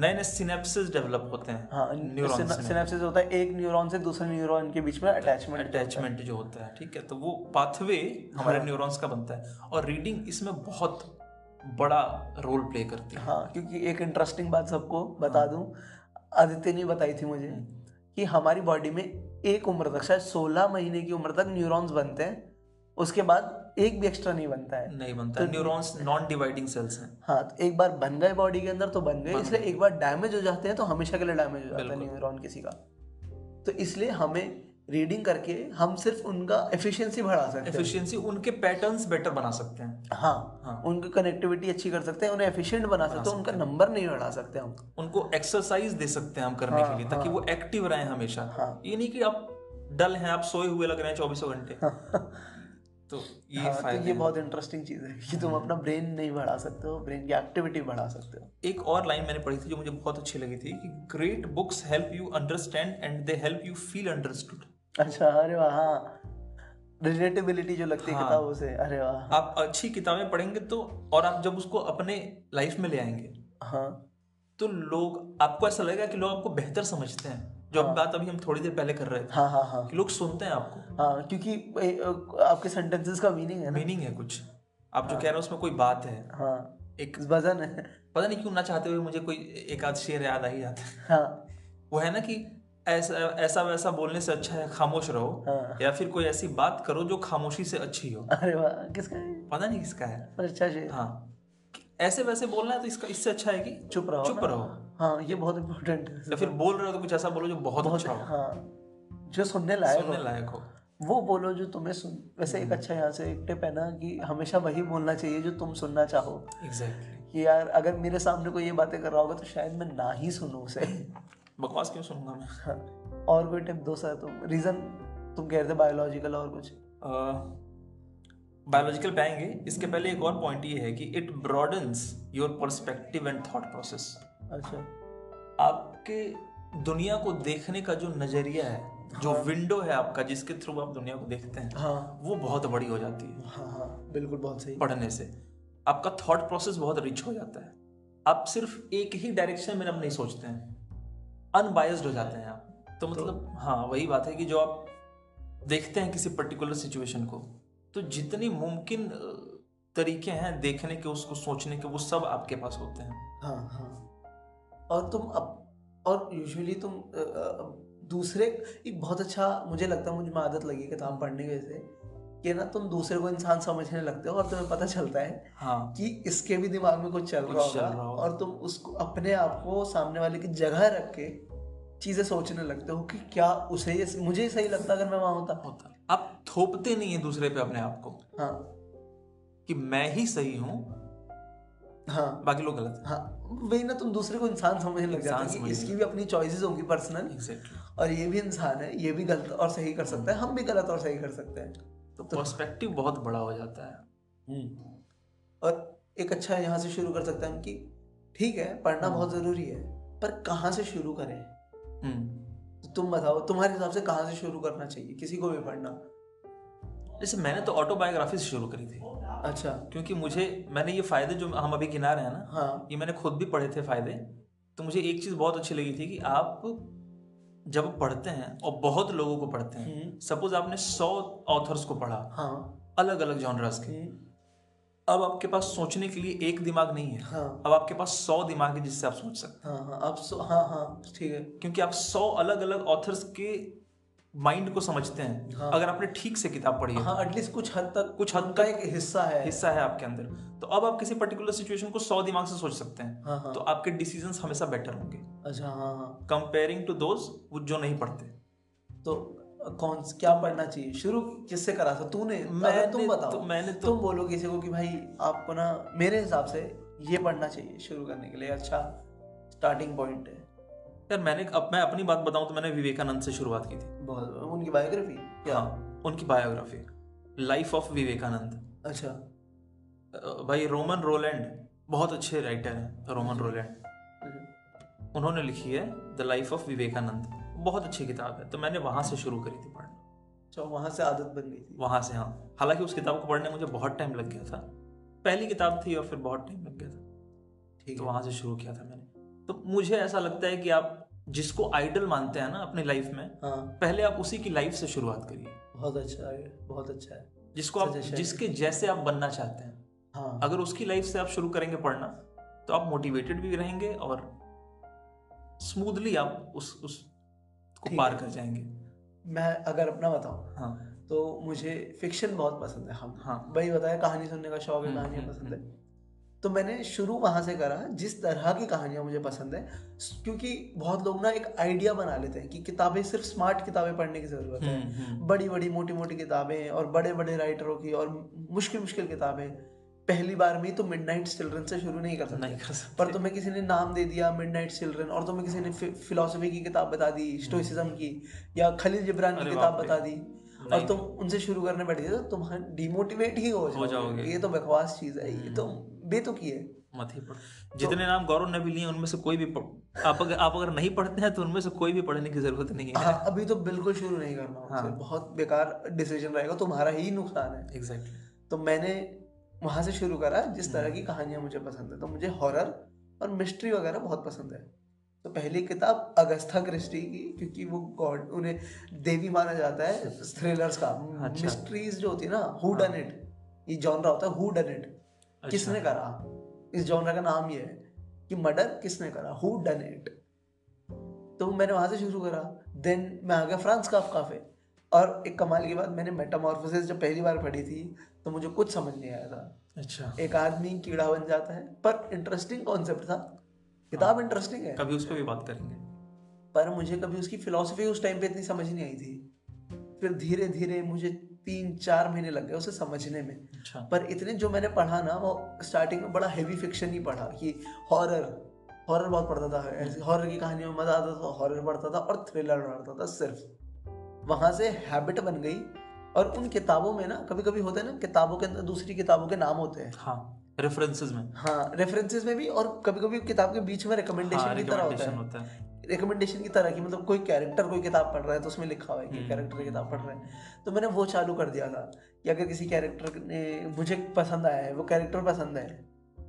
नए नए सिनेप्सिस डेवलप होते हैं
हाँ
neurons में।
सिनेप्सिस होता है एक न्यूरॉन से दूसरे न्यूरॉन के बीच में अटैचमेंट
अटैचमेंट जो होता है ठीक है तो वो पाथवे
हाँ।
हमारे न्यूरॉन्स का बनता है और रीडिंग इसमें बहुत बड़ा रोल प्ले करती है
हाँ क्योंकि एक इंटरेस्टिंग बात सबको बता दूं आदित्य ने बताई थी मुझे कि हमारी बॉडी में एक उम्र तक शायद सोलह महीने की उम्र तक न्यूरॉन्स बनते हैं उसके बाद एक भी एक्स्ट्रा नहीं बनता है
नहीं बनता
तो
न्यूरॉन्स नॉन डिवाइडिंग सेल्स हैं
हाँ तो एक बार बन गए बॉडी के अंदर तो बन गए इसलिए एक बार डैमेज हो जाते हैं तो हमेशा के लिए डैमेज हो जाता है न्यूरॉन किसी का तो इसलिए हमें रीडिंग करके हम सिर्फ उनका एफिशिएंसी बढ़ा सकते हैं
एफिशिएंसी उनके पैटर्न्स बेटर बना सकते हैं
हाँ,
हाँ।
उनकी कनेक्टिविटी अच्छी कर सकते हैं उन्हें एफिशिएंट बना सकते हैं उनका नंबर नहीं बढ़ा सकते हम
उनको एक्सरसाइज दे सकते हैं हम करने
हाँ,
के लिए ताकि वो एक्टिव रहें हमेशा ये नहीं कि आप डल हैं आप सोए हुए लग रहे हैं चौबीसों घंटे तो ये हम्म।
हाँ, तो
फायदे
ये बहुत इंटरेस्टिंग चीज है कि तुम अपना ब्रेन नहीं बढ़ा सकते हो ब्रेन की एक्टिविटी बढ़ा
<laughs>
सकते हो
एक और लाइन मैंने पढ़ी थी जो मुझे बहुत अच्छी लगी थी कि great books help you understand and they help you feel understood
अच्छा अरे वाह हाँ रिलेटेबिलिटी जो लगती
हाँ।
है किताबों से अरे वाह
आप अच्छी किताबें पढ़ेंगे तो और आप जब उसको अपने लाइफ में ले आएंगे
हाँ
तो लोग आपको ऐसा लगेगा कि लोग आपको बेहतर समझते हैं जो बात अभी हम थोड़ी देर पहले कर रहे थे
हाँ हाँ हाँ
कि लोग सुनते हैं आपको
हाँ क्योंकि ए, अ, आपके सेंटेंसेस का मीनिंग है ना
मीनिंग है कुछ आप जो कह रहे हो उसमें कोई बात है
हाँ
एक
वजन है
पता नहीं क्यों ना चाहते हुए मुझे कोई एक आध शेर याद आ ही जाता है
हाँ
वो है ना कि ऐसा ऐसा वैसा बोलने से अच्छा है खामोश रहो
हाँ
या फिर कोई ऐसी बात करो जो खामोशी से अच्छी हो
अरे वाह किसका है?
पता नहीं किसका है
पर अच्छा शेर
हाँ ऐसे वैसे बोलना है तो इसका इससे अच्छा है कि
चुप रहो
चुप
ना।
रहो
हाँ ये बहुत इंपॉर्टेंट है
या फिर बोल रहे हो तो कुछ ऐसा बोलो जो बहुत अच्छा हो
हाँ जो सुनने लायक हो
सुनने हम्म। लायक हो
वो बोलो जो तुम्हें सुन वैसे एक अच्छा यहाँ से एक टिप है ना कि हमेशा वही बोलना चाहिए जो तुम सुनना चाहो
एग्जैक्टली
कि यार अगर मेरे सामने कोई ये बातें कर रहा होगा तो शायद मैं ना ही सुनूं उसे
बकवास क्यों सुनूंगा मैं
हाँ, और कोई टिप दो सर तुम रीजन तुम कह रहे थे बायोलॉजिकल और कुछ
बायोलॉजिकल पे आएंगे इसके पहले एक और पॉइंट ये है कि it broadens your perspective and thought process
अच्छा
आपके दुनिया को देखने का जो नजरिया है जो विंडो है आपका जिसके थ्रू आप दुनिया को देखते हैं
हाँ
वो बहुत बड़ी हो जाती है
हाँ हाँ बिल्कुल बहुत सही
पढ़ने से आपका थॉट प्रोसेस बहुत रिच हो जाता है आप सिर्फ एक ही डायरेक्शन में अब नहीं सोचते हैं अनबायस्ड हो जाते हैं आप तो मतलब हाँ वही बात है कि जो आप देखते हैं किसी पर्टिकुलर सिचुएशन को तो जितने मुमकिन अ, तरीके हैं देखने के उसको सोचने के वो सब आपके पास होते हैं
हाँ हाँ और तुम अब और यूजुअली तुम अ, अ, दूसरे एक बहुत अच्छा मुझे लगता है मुझे में आदत लगी है किताब पढ़ने की वजह से कि ना तुम दूसरे को इंसान समझने लगते हो और तुम्हें पता चलता है
हाँ
कि इसके भी दिमाग में कुछ चल
कुछ
रहा
चल
होगा
रहा होगा।
और तुम उसको अपने आप को सामने वाले की जगह रख के चीज़ें सोचने लगते हो कि क्या उसे ये मुझे ये सही लगता अगर मैं वहाँ होता
होता है। आप थोपते नहीं है दूसरे पे अपने आप को
हाँ
कि मैं ही सही हूँ
हाँ
बाकी लोग गलत
हाँ वही ना तुम दूसरे को इंसान समझने लग
इंसान
जाते हो कि
समझने
इसकी भी अपनी चॉइसेस होंगी पर्सनल
एग्जैक्टली
और ये भी इंसान है ये भी गलत और सही कर सकता
हम्म।
है हम भी गलत और सही कर सकते हैं
तो हम्म। पर्सपेक्टिव बहुत बड़ा हो जाता है
और एक अच्छा यहाँ से शुरू कर सकते हैं हम कि ठीक है पढ़ना बहुत ज़रूरी है पर कहाँ से शुरू करें
हम्म
तो तुम बताओ तुम्हारे हिसाब से कहाँ से शुरू करना चाहिए किसी को भी पढ़ना
जैसे मैंने तो ऑटोबायोग्राफी से शुरू करी थी
अच्छा
क्योंकि मुझे मैंने ये फ़ायदे जो हम अभी गिना रहे हैं ना
हाँ
ये मैंने खुद भी पढ़े थे फ़ायदे तो मुझे एक चीज़ बहुत अच्छी लगी थी कि आप जब पढ़ते हैं और बहुत लोगों को पढ़ते हैं
हम्म।
सपोज आपने सौ ऑथर्स को पढ़ा
हाँ
अलग अलग जॉनरास के
हम्म,
अब आपके पास सोचने के लिए एक दिमाग नहीं है
हाँ
अब आपके पास सौ दिमाग है जिससे आप सोच सकते हैं
हाँ हाँ आप सो हाँ हाँ ठीक है
क्योंकि आप सौ अलग अलग ऑथर्स के माइंड को समझते हैं
हाँ।
अगर आपने ठीक से किताब पढ़ी है
हाँ एटलीस्ट कुछ हद तक
कुछ हद
उनका एक हिस्सा है
हिस्सा है आपके अंदर तो अब आप किसी पर्टिकुलर सिचुएशन को सौ दिमाग से सोच सकते हैं
हाँ हाँ
तो आपके डिसीजंस हमेशा बेटर होंगे
अच्छा हाँ हाँ
कंपेयरिंग टू दोज जो नहीं पढ़ते
तो कौन क्या पढ़ना चाहिए शुरू किससे करा था तूने
मैंने
अगर तुम बताओ
तो- मैंने तो-
तुम बोलो किसी को कि भाई आपको ना मेरे हिसाब से ये पढ़ना चाहिए शुरू करने के लिए अच्छा स्टार्टिंग पॉइंट है
यार मैंने अब मैं अपनी बात बताऊं तो मैंने विवेकानंद से शुरुआत की थी
बहुत उनकी बायोग्राफी क्या
हाँ उनकी बायोग्राफी लाइफ ऑफ विवेकानंद
अच्छा
अ, भाई रोमन रोलैंड बहुत अच्छे राइटर हैं
अच्छा।
रोमन रोलैंड उन्होंने लिखी है द लाइफ ऑफ विवेकानंद बहुत अच्छी किताब है तो मैंने वहाँ से शुरू करी थी पढ़ना
अच्छा वहाँ से आदत बन गई थी
वहाँ से हाँ हालांकि उस किताब को पढ़ने में मुझे बहुत टाइम लग गया था पहली किताब थी और फिर बहुत टाइम लग गया था
ठीक
तो
है
वहाँ से शुरू किया था मैंने तो मुझे ऐसा लगता है कि आप जिसको आइडल मानते हैं ना अपनी लाइफ में
हाँ
पहले आप उसी की लाइफ से शुरुआत करिए
बहुत अच्छा है बहुत अच्छा है
जिसको आप
Suggestion है।
जिसके जैसे आप बनना चाहते हैं
हाँ
अगर उसकी लाइफ से आप शुरू करेंगे पढ़ना तो आप मोटिवेटेड भी रहेंगे और स्मूथली आप उस उस को
ठीक
पार
है।
कर जाएंगे
मैं अगर अपना बताऊँ
हाँ
तो मुझे फिक्शन बहुत पसंद है हम
हाँ
भाई बताया कहानी सुनने का शौक है
हम्म,
कहानियाँ
हम्म,
पसंद है तो मैंने शुरू वहाँ से करा जिस तरह की कहानियाँ मुझे पसंद है क्योंकि बहुत लोग ना एक आइडिया बना लेते हैं कि किताबें सिर्फ स्मार्ट किताबें पढ़ने की जरूरत है
हम्म, हम्म।
बड़ी बड़ी मोटी मोटी किताबें और बड़े बड़े राइटरों की और मुश्किल मुश्किल किताबें पहली बार में ही तो मिडनाइट चिल्ड्रन से शुरू नहीं कर सकते
नहीं कर सकते
पर तुम्हें किसी ने नाम दे दिया मिडनाइट चिल्ड्रन और तुम्हें किसी ने फिलोसफी की किताब बता दी स्टोइसिज्म की या खलील जिब्रान की
हम्म। अरे
किताब
बाप रे।
बता दी और
नहीं।
तुम उनसे शुरू करने बैठ गए तो तुम डिमोटिवेट ही हो
हो जाओगे। हम्म।
जाओगे ये तो बकवास चीज है ये तो बेतुकी है
मत ही
तो-
पढ़ो जितने नाम गौरव ने भी लिए उनमें से कोई भी पढ़ आप अगर आप अगर नहीं पढ़ते हैं तो उनमें से कोई भी पढ़ने की जरूरत नहीं है
हाँ अभी तो बिल्कुल शुरू नहीं करना
हाँ।
उनसे बहुत बेकार डिसीजन रहेगा तुम्हारा ही नुकसान है
एग्जैक्टली
तो मैंने वहां से शुरू करा जिस तरह की कहानियां मुझे पसंद है तो मुझे हॉरर और मिस्ट्री वगैरह बहुत पसंद है तो पहली किताब अगस्था क्रिस्टी की क्योंकि वो गॉड उन्हें देवी माना जाता है थ्रिलर्स का
अच्छा।
मिस्ट्रीज जो होती है ना हु डन इट ये जॉनरा होता है हु डन इट किसने करा इस जॉनरा का नाम ये है कि मर्डर किसने करा हु डन इट तो मैंने वहां से शुरू करा देन मैं आ गया फ्रांस काफका पे और एक कमाल की बात मैंने मेटामॉर्फोसिस जब पहली बार पढ़ी थी तो मुझे कुछ समझ नहीं आया था
अच्छा
एक आदमी कीड़ा बन जाता है पर इंटरेस्टिंग कॉन्सेप्ट था किताब इंटरेस्टिंग है
कभी उस पर भी बात करेंगे
पर मुझे कभी उसकी फिलॉसफी उस टाइम पे इतनी समझ नहीं आई थी फिर धीरे धीरे मुझे तीन चार महीने लग गए उसे समझने में
अच्छा
पर इतने जो मैंने पढ़ा ना वो स्टार्टिंग में बड़ा हैवी फिक्शन ही पढ़ा कि हॉरर हॉरर बहुत पढ़ता था ऐसे हॉरर की कहानियों में मजा आता था हॉरर पढ़ता था और थ्रिलर पढ़ता था सिर्फ वहां से हैबिट बन गई और उन किताबों में ना कभी कभी होता है ना किताबों के अंदर दूसरी किताबों के नाम होते हैं
हाँ रेफरेंसेस में
हाँ रेफरेंसेस में भी और कभी कभी किताब के बीच में रिकमेंडेशन
हाँ
की तरह होता
रिकमेंडेशन
है
होता है
रिकमेंडेशन की तरह की मतलब कोई कैरेक्टर कोई किताब पढ़ रहा है तो उसमें लिखा हुआ है कि
हम्म।
कैरेक्टर की किताब पढ़ रहा है तो मैंने वो चालू कर दिया था कि अगर किसी कैरेक्टर ने मुझे पसंद आया है वो कैरेक्टर पसंद है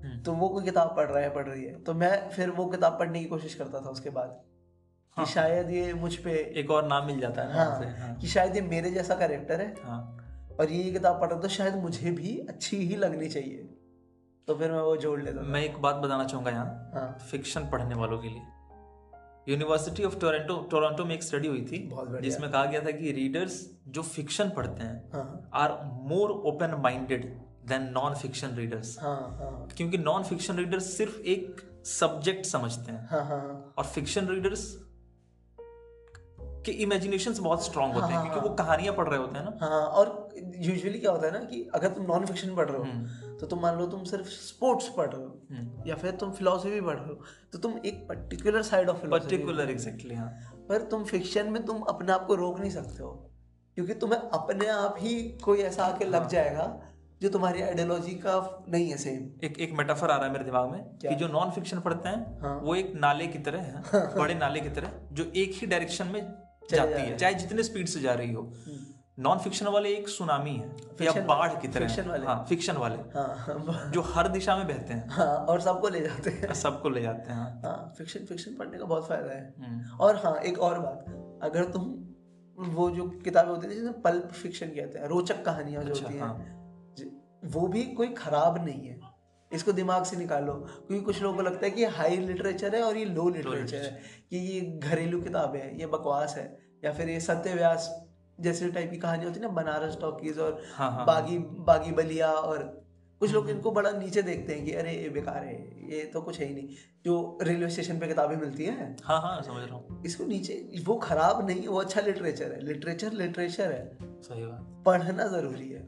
हम्म।
तो वो कोई किताब पढ़ रहा है पढ़ रही है तो मैं फिर वो किताब पढ़ने की कोशिश करता था उसके बाद
हाँ।
कि शायद ये मुझ पे
एक और नाम मिल जाता है ना
हाँ।
वहाँ से, हाँ
कि शायद ये मेरे जैसा कैरेक्टर है
हाँ
और ये किताब पढ़ रहा तो शायद मुझे भी अच्छी ही लगनी चाहिए तो फिर मैं वो जोड़ लेता था
मैं एक बात बताना चाहूंगा यहाँ
हाँ
फिक्शन पढ़ने वालों के लिए यूनिवर्सिटी ऑफ टोरंटो टोरंटो में एक स्टडी हुई थी
बहुत बढ़िया
जिसमें कहा गया था कि रीडर्स जो फिक्शन पढ़ते हैं
हाँ
are more open minded than non fiction readers
हाँ हाँ
क्योंकि नॉन फिक्शन रीडर्स सिर्फ एक सब्जेक्ट समझते हैं
हाँ हाँ
और फिक्शन रीडर्स के इमेजिनेशन बहुत स्ट्रांग होते हैं
हाँ,
क्योंकि
हाँ।
वो कहानियां पढ़ रहे होते हैं ना
हाँ और यूजुअली क्या होता है ना कि अगर तुम नॉन फिक्शन पढ़ रहे हो तो तुम मान लो तुम सिर्फ स्पोर्ट्स पढ़ रहे हो या फिर तुम फिलोसफी पढ़ रहे हो तो तुम एक particular side of philosophy
particular exactly हाँ
पर तुम फिक्शन में तुम अपने आप को रोक नहीं सकते हो क्योंकि तुम्हें अपने आप ही कोई ऐसा आके लग जाएगा जो तुम्हारी आइडियोलॉजी का नहीं है सेम
एक एक मेटाफर आ रहा है मेरे दिमाग में
क्या?
कि जो नॉन फिक्शन पढ़ते हैं
हाँ।
वो एक नाले की तरह है बड़े नाले की तरह जो एक ही डायरेक्शन में
जा
जाती
रहे हम्म।
है चाहे जितने स्पीड से जा रही हो नॉन फिक्शन वाले एक सुनामी है या
Fiction
बाढ़
वाले-
की तरह
fiction
है।
वाले।
हाँ फिक्शन वाले
हाँ <laughs>
जो हर दिशा में बहते हैं
हाँ और सबको ले जाते हैं
सबको ले जाते हैं हाँ।
हाँ फिक्शन फिक्शन पढ़ने का बहुत फायदा है
हम्म,
और हाँ एक और बात अगर तुम वो जो किताबें होती हैं जिसे पल्प फिक्शन कहते हैं रोचक कहानियां जो
अच्छा,
होती
हाँ।
हैं ज- वो भी कोई खराब नहीं है इसको दिमाग से निकालो क्योंकि कुछ लोगों को लगता है कि ये हाई लिटरेचर है और ये लो लिटरेचर है कि ये घरेलू किताबें हैं ये बकवास है या फिर ये सत्य व्यास जैसे टाइप की कहानी होती है ना बनारस टॉकीज और
हाँ हम्म। हाँ
बागी बागी बलिया और कुछ लोग इनको बड़ा नीचे देखते हैं कि अरे ये बेकार है ये तो कुछ है ही नहीं जो रेलवे स्टेशन पे किताबें मिलती हैं
हाँ हाँ समझ रहा हूँ
इसको नीचे वो खराब नहीं है वो अच्छा लिटरेचर है लिटरेचर लिटरेचर है
सही बात
पढ़ना जरूरी है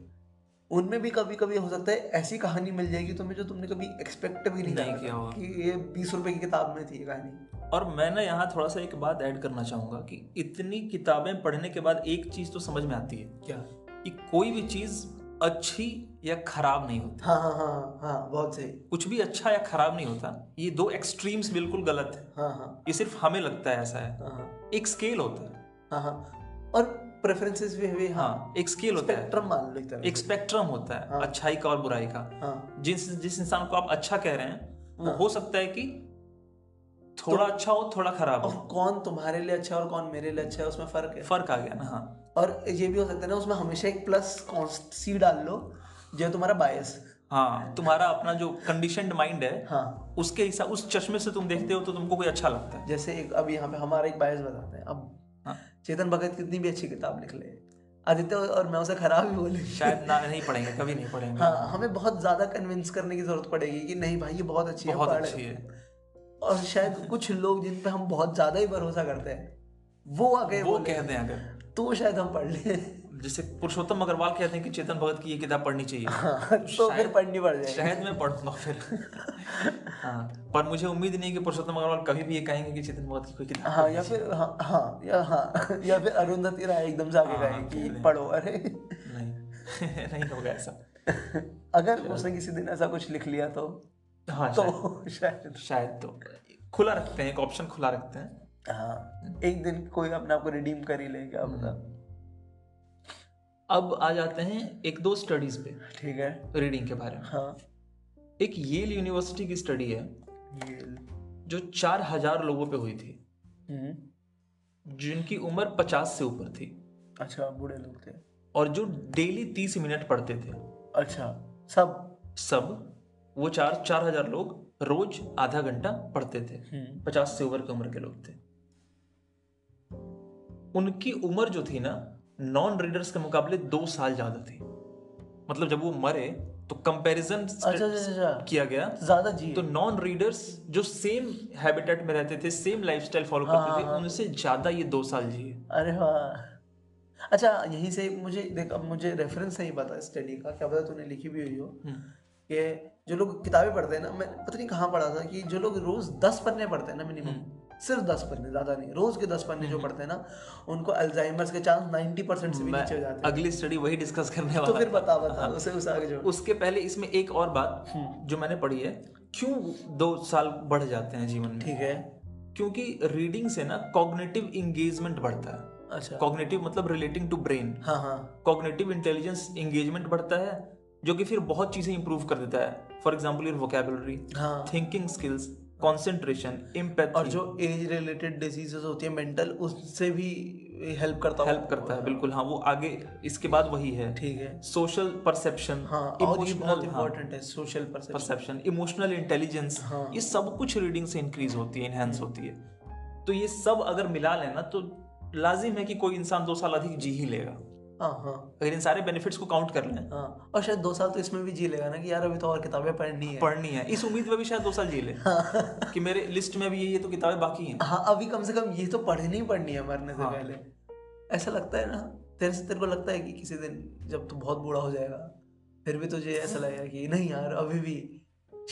उनमें भी कभी कभी हो सकता है ऐसी कहानी मिल जाएगी तुम्हें जो तुमने कभी एक्सपेक्ट भी नहीं,
नहीं
करा
किया
था
होगा।
कि ये बीस रुपए की किताब में थी ये कहानी
और मैं ना यहाँ थोड़ा सा एक बात ऐड करना चाहूँगा कि इतनी किताबें पढ़ने के बाद एक चीज़ तो समझ में आती है
क्या
कि कोई भी चीज़ अच्छी या खराब नहीं होती
हाँ हाँ हाँ हाँ बहुत सही
कुछ भी अच्छा या खराब नहीं होता ये दो एक्सट्रीम्स बिल्कुल गलत है
हाँ हाँ
ये सिर्फ हमें लगता है ऐसा है
हाँ
एक स्केल होता है
हाँ हाँ और प्रेफरेंसेस भी है हाँ
हाँ एक स्केल होता है
स्पेक्ट्रम मान लो एक तरह
एक स्पेक्ट्रम होता है
हाँ।
अच्छाई का और बुराई का
से। हाँ
जिस जिस इंसान को आप अच्छा कह रहे हैं वो
हाँ। तो-
हो सकता है कि थोड़ा अच्छा हो थोड़ा खराब
और
हो
कौन तुम्हारे लिए अच्छा है और कौन मेरे लिए अच्छा है उसमें फर्क है
फर्क आ गया ना हाँ
और ये भी हो सकता है ना उसमें हमेशा एक प्लस कॉन्स्ट सी डाल लो जो है तुम्हारा बायस
हाँ तुम्हारा अपना जो कंडीशनड माइंड है
हाँ
उसके हिसाब उस चश्मे से तुम देखते हो तो तुमको कोई अच्छा लगता है
जैसे एक अब यहाँ पे हमारा एक बायस बताते हैं अब
हाँ।
चेतन भगत कितनी भी अच्छी किताब लिख ले आदित्य और मैं उसे खराब ही बोले
शायद ना नहीं पढ़ेंगे कभी नहीं पढ़ेंगे
<laughs> हाँ हमें बहुत ज्यादा कन्विंस करने की जरूरत पड़ेगी कि नहीं भाई ये बहुत अच्छी
बहुत
है पढ़।
अच्छी है
और शायद कुछ लोग जिन पे हम बहुत ज्यादा ही भरोसा करते हैं वो आगे
वो
बोले,
कह दें अगर
तो शायद हम पढ़ लें <laughs>
जैसे पुरुषोत्तम अग्रवाल कहते हैं कि चेतन भगत की ये किताब पढ़नी चाहिए
हाँ, तो फिर
शायद-
पढ़नी पड़ जाएगी
शायद मैं पढ़ूंगा फिर हाँ पर मुझे उम्मीद नहीं कि पुरुषोत्तम अग्रवाल कभी भी ये कहेंगे कि चेतन भगत की कोई किताब
हाँ या फिर हाँ हाँ या हाँ <laughs> या फिर अरुंधति राय एकदम से आगे
हाँ,
गए
कह
कि
दें।
पढ़ो अरे
<laughs> नहीं नहीं होगा ऐसा
अगर उसने किसी दिन ऐसा कुछ लिख लिया तो
हाँ शायद,
तो <laughs> शायद
शायद तो खुला रखते हैं एक ऑप्शन खुला रखते हैं
हाँ एक दिन कोई अपने आप को रिडीम कर ही लेगा अपना
अब आ जाते हैं एक दो स्टडीज पे
ठीक है
रीडिंग के बारे में
हाँ
एक येल यूनिवर्सिटी की स्टडी है
ये
जो चार हजार लोगों पे हुई थी
हम्म,
जिनकी उम्र पचास से ऊपर थी
अच्छा बूढ़े लोग थे
और जो डेली तीस मिनट पढ़ते थे
अच्छा सब
सब वो चार चार हजार लोग रोज आधा घंटा पढ़ते थे
हम्म,
पचास से ऊपर की उम्र के लोग थे उनकी उम्र जो थी ना नॉन रीडर्स के मुकाबले दो साल ज्यादा थी मतलब जब वो मरे तो कंपैरिजन
अच्छा अच्छा अच्छा
किया गया
ज्यादा जी
तो नॉन रीडर्स जो सेम हैबिटेट में रहते थे सेम लाइफस्टाइल फॉलो करते थे उनसे ज्यादा ये दो साल जिए
अरे वाह अच्छा यहीं से मुझे देख अब मुझे रेफरेंस नहीं पता स्टडी का क्या पता तूने लिखी भी हुई हो
हम्म,
कि जो लोग किताबें पढ़ते हैं ना मैं पता नहीं कहाँ पढ़ा था कि जो लोग रोज दस पन्ने पढ़ते हैं ना मिनिमम सिर्फ दस पन्ने ज्यादा नहीं रोज के दस पन्ने जो पढ़ते हैं ना उनको अल्जाइमर्स के चांस नाइन्टी परसेंट से भी नीचे हो जाते हैं
अगली स्टडी वही डिस्कस करने
तो
वाला
फिर बता
हाँ।
बता उसे उसे आगे जो
उसके पहले इसमें एक और बात जो मैंने पढ़ी है क्यों दो साल बढ़ जाते हैं जीवन में
ठीक है
क्योंकि रीडिंग से ना कॉग्निटिव इंगेजमेंट बढ़ता है
अच्छा
कॉग्निटिव मतलब रिलेटिंग टू ब्रेन
हाँ हाँ
कॉग्निटिव इंटेलिजेंस इंगेजमेंट बढ़ता है जो कि फिर बहुत चीज़ें इंप्रूव कर देता है फॉर एग्जाम्पल योर वोकेबलरी
हाँ
थिंकिंग स्किल्स कॉन्सेंट्रेशन
और
इम्पैक्ट
जो एज रिलेटेड डिजीजेस होती है मेंटल उससे भी हेल्प करता
हेल्प करता है बिल्कुल हाँ वो आगे इसके बाद वही है
ठीक है
सोशल परसेप्शन
हाँ और ये बहुत इंपॉर्टेंट है social perception
perception emotional intelligence
हाँ।
ये सब कुछ रीडिंग से इंक्रीज होती है इनहेंस होती है तो ये सब अगर मिला लेना तो लाजिम है कि कोई इंसान दो साल अधिक जी ही लेगा
हाँ हाँ
अगर इन सारे बेनिफिट्स को काउंट कर लें
हाँ और शायद दो साल तो इसमें भी जी लेगा ना कि यार अभी तो और किताबें पढ़नी है
पढ़नी है इस उम्मीद में भी शायद दो साल जी ले कि मेरे लिस्ट में अभी ये ये तो किताबें बाकी हैं
हाँ अभी कम से कम ये तो पढ़नी ही पढ़नी है मरने
हाँ।
से पहले ऐसा लगता है ना तेरे से तेरे को लगता है कि किसी दिन जब तू बहुत बूढ़ा हो जाएगा फिर भी तुझे ऐसा लगेगा कि नहीं यार अभी भी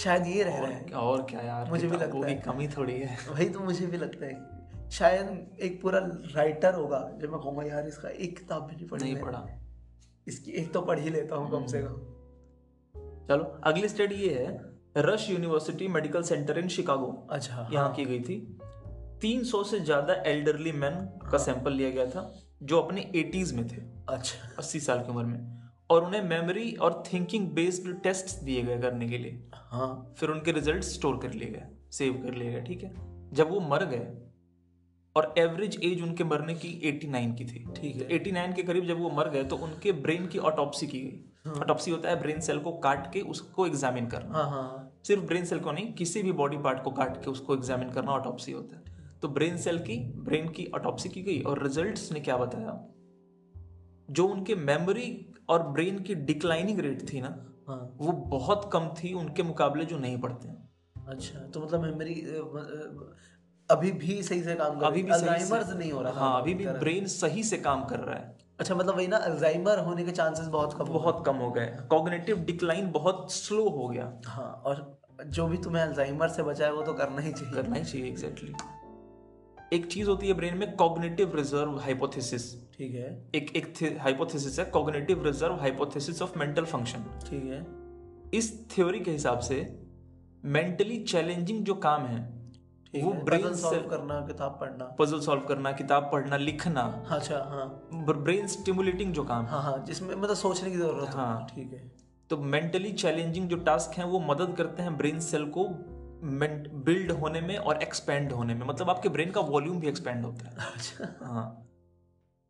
शायद ये रह रहा है
हाँ। और क्या यार
मुझे भी
किताबों
लगता
की
है।
कमी थोड़ी है
वही तो मुझे भी लगता है कि शायद एक पूरा राइटर होगा जो मैं कहूँगा यार इसका एक किताब भी नहीं पढ़ी
नहीं
मैंने।
पढ़ा हम्म।
इसकी एक तो पढ़ ही लेता हूँ कम से कम
चलो अगली स्टडी ये है Rush University Medical Center in Chicago
अच्छा
हाँ। यहाँ की गई थी 300 से ज्यादा एल्डरली मैन का सैंपल लिया गया था जो अपने 80s में थे
अच्छा
अस्सी साल की उम्र में और उन्हें मेमोरी और थिंकिंग बेस्ड टेस्ट दिए गए करने के लिए
हाँ
फिर उनके रिजल्ट स्टोर कर लिए गए सेव कर लिए गए ठीक है जब वो मर गए और एवरेज एज उनके मरने की 89 की थी
ठीक है।
89 के करीब जब वो मर गए तो उनके ब्रेन की ऑटोप्सी की गई ऑटोप्सी होता है ब्रेन सेल को काट के उसको एग्जामिन करना
हाँ हाँ
सिर्फ ब्रेन सेल को नहीं किसी भी बॉडी पार्ट को काट के उसको एग्जामिन करना ऑटोप्सी होता है तो ब्रेन सेल की ब्रेन की ऑटोप्सी की गई और रिजल्ट्स ने क्या बताया जो उनके मेमोरी और ब्रेन की डिक्लाइनिंग रेट थी ना
हाँ
वो बहुत कम थी उनके मुकाबले जो नहीं पढ़ते हैं
अच्छा तो मतलब मेमोरी अभी भी सही से काम कर
अभी भी सही
अल्जाइमर
से-
मतलब नहीं हो रहा
हाँ अभी भी ब्रेन सही से काम कर रहा है
अच्छा मतलब वही ना अल्जाइमर होने के चांसेस बहुत कम हो
बहुत कम हो गए कॉग्निटिव डिक्लाइन बहुत स्लो हो गया
गए। हाँ और जो भी तुम्हें अल्जाइमर से बचा है वो तो करना ही चाहिए
करना ही चाहिए एग्जैक्टली एक चीज होती है ब्रेन में कॉग्निटिव रिजर्व हाइपोथेसिस
ठीक है
एक एक हाइपोथेसिस है cognitive reserve hypothesis of mental function
ठीक है
इस थ्योरी के हिसाब से मेंटली चैलेंजिंग जो काम है
ठीक
वो
है
ब्रेन से
सॉल्व करना किताब पढ़ना
पजल सॉल्व करना किताब पढ़ना लिखना
अच्छा हाँ
ब्रेन स्टिमुलेटिंग जो काम है
हाँ हाँ जिसमें मतलब सोचने की जरूरत हो
हाँ।
ठीक है
तो मेंटली चैलेंजिंग जो टास्क हैं वो मदद करते हैं ब्रेन सेल को बिल्ड होने में और एक्सपेंड होने में मतलब आपके ब्रेन का वॉल्यूम भी एक्सपेंड होता है
अच्छा
हाँ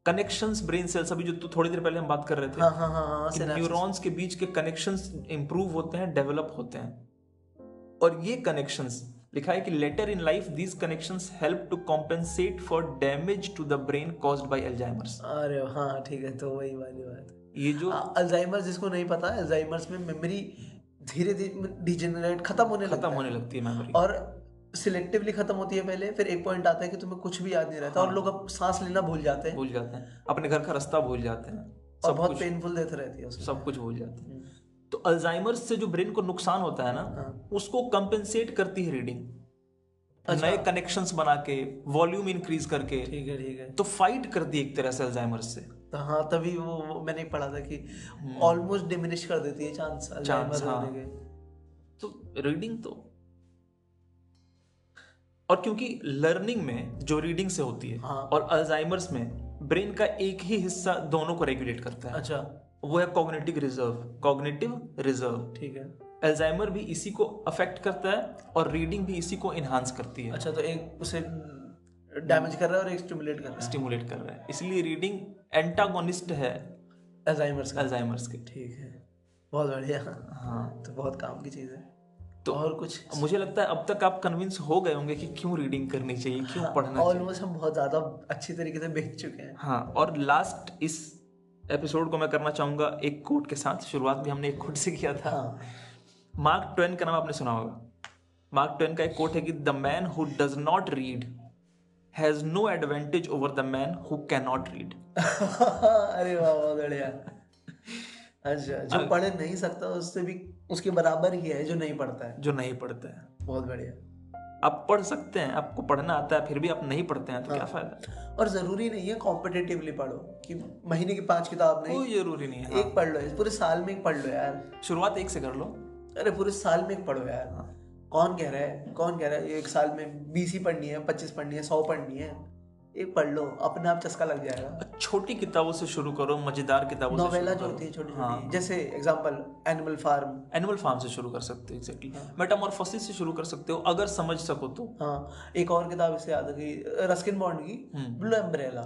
कनेक्शंस ब्रेन सेल्स अभी जो तो थोड़ी देर पहले हम बात कर रहे थे
हाँ हाँ हाँ हाँ
कि
synapses।
न्यूरॉन्स के बीच के कनेक्शंस इंप्रूव होते हैं डेवलप होते हैं और ये कनेक्शंस लिखा है कि later in life these connections help to compensate for damage to the brain caused by Alzheimer's
अरे हाँ ठीक है तो वही वाली बात
ये जो
हाँ, अल्जाइमर जिसको नहीं पता अल्जाइमर्स में मेमोरी धीरे धीरे डिजेनरेट खत्म होने लगता
खत्म
है
होने लगती है मेमोरी
और सिलेक्टिवली खत्म होती है पहले फिर एक पॉइंट आता है कि तुम्हें कुछ भी याद नहीं रहता
हाँ।
और लोग अब सांस लेना भूल जाते हैं
भूल जाते हैं अपने घर का रास्ता भूल जाते हैं
और बहुत पेनफुल देते रहती है उसमें हम्म,
सब कुछ भूल जाते हैं तो अल्जाइमर्स से जो ब्रेन को नुकसान होता है ना
हाँ। अच्छा।
उसको कंपेंसेट करती है रीडिंग नए कनेक्शंस बना के वॉल्यूम इंक्रीज करके
ठीक है ठीक है
तो फाइट करती है एक तरह से अल्जाइमर्स से
तो हाँ तभी वो, वो मैंने पढ़ा था कि ऑलमोस्ट डिमिनिश कर देती है चांस अल्जाइमर
हम्म। हाँ।
होने के
तो रीडिंग तो और क्योंकि लर्निंग में जो रीडिंग से होती है
हाँ।
और अल्जाइमर्स में ब्रेन का एक ही हिस्सा दोनों को रेगुलेट करता है
अच्छा
वो है कॉग्निटिव रिजर्व कॉग्निटिव रिजर्व
ठीक है
अल्जाइमर भी इसी को अफेक्ट करता है और रीडिंग भी इसी को इन्हांस करती है
अच्छा तो एक उसे डैमेज कर रहा है और एक स्टिमुलेट कर रहा
स्टिमुलेट कर रहा है इसलिए रीडिंग एंटागोनिस्ट है
है अल्जाइमर्स का
अल्जाइमर्स के
ठीक है बहुत बढ़िया
हाँ
तो बहुत काम की चीज है
तो-
तो और कुछ
मुझे लगता है अब तक आप कन्विंस हो गए होंगे कि क्यों रीडिंग करनी चाहिए क्यों
हाँ।
पढ़ना चाहिए
ऑलमोस्ट हम बहुत ज्यादा अच्छी तरीके से बेच चुके हैं
हाँ और लास्ट इस एपिसोड को मैं करना चाहूंगा एक कोट के साथ शुरुआत भी हमने एक कोट से किया था
हाँ
मार्क ट्वेन का नाम आपने सुना होगा मार्क ट्वेन का एक कोट है कि the man who does not read has no advantage over the man who can not read
हाँ। <laughs> अरे वाह बहुत बढ़िया अच्छा जो पढ़ नहीं सकता उससे भी उसके बराबर ही है जो नहीं पढ़ता है
जो नहीं पढ़ता है
बहुत बढ़िया
आप पढ़ सकते हैं आपको पढ़ना आता है फिर भी आप नहीं पढ़ते हैं तो
हाँ।
क्या फायदा
और जरूरी नहीं है कॉम्पिटेटिवली पढ़ो कि महीने की पांच किताब नहीं
कोई जरूरी नहीं है
एक पढ़ लो पूरे साल में एक पढ़ लो यार
शुरुआत एक से कर लो
अरे पूरे साल में एक पढ़ो यार कौन कह रहा है कौन कह रहा है एक साल में बीस ही पढ़नी है पच्चीस पढ़नी है सौ पढ़नी है एक पढ़ लो अपने आप चस्का लग जाएगा
हाँ, छोटी किताबों से शुरू करो मजेदार किताबों से
नोवेला जो होती है छोटी छोटी जैसे example Animal Farm
Animal Farm से शुरू कर सकते हो एग्जैक्टली मेटामॉर्फोसिस से शुरू कर सकते हो अगर समझ सको तो
हाँ एक और किताब इससे याद रखी रस्किन बॉन्ड की
हम्म।
ब्लू एम्ब्रेला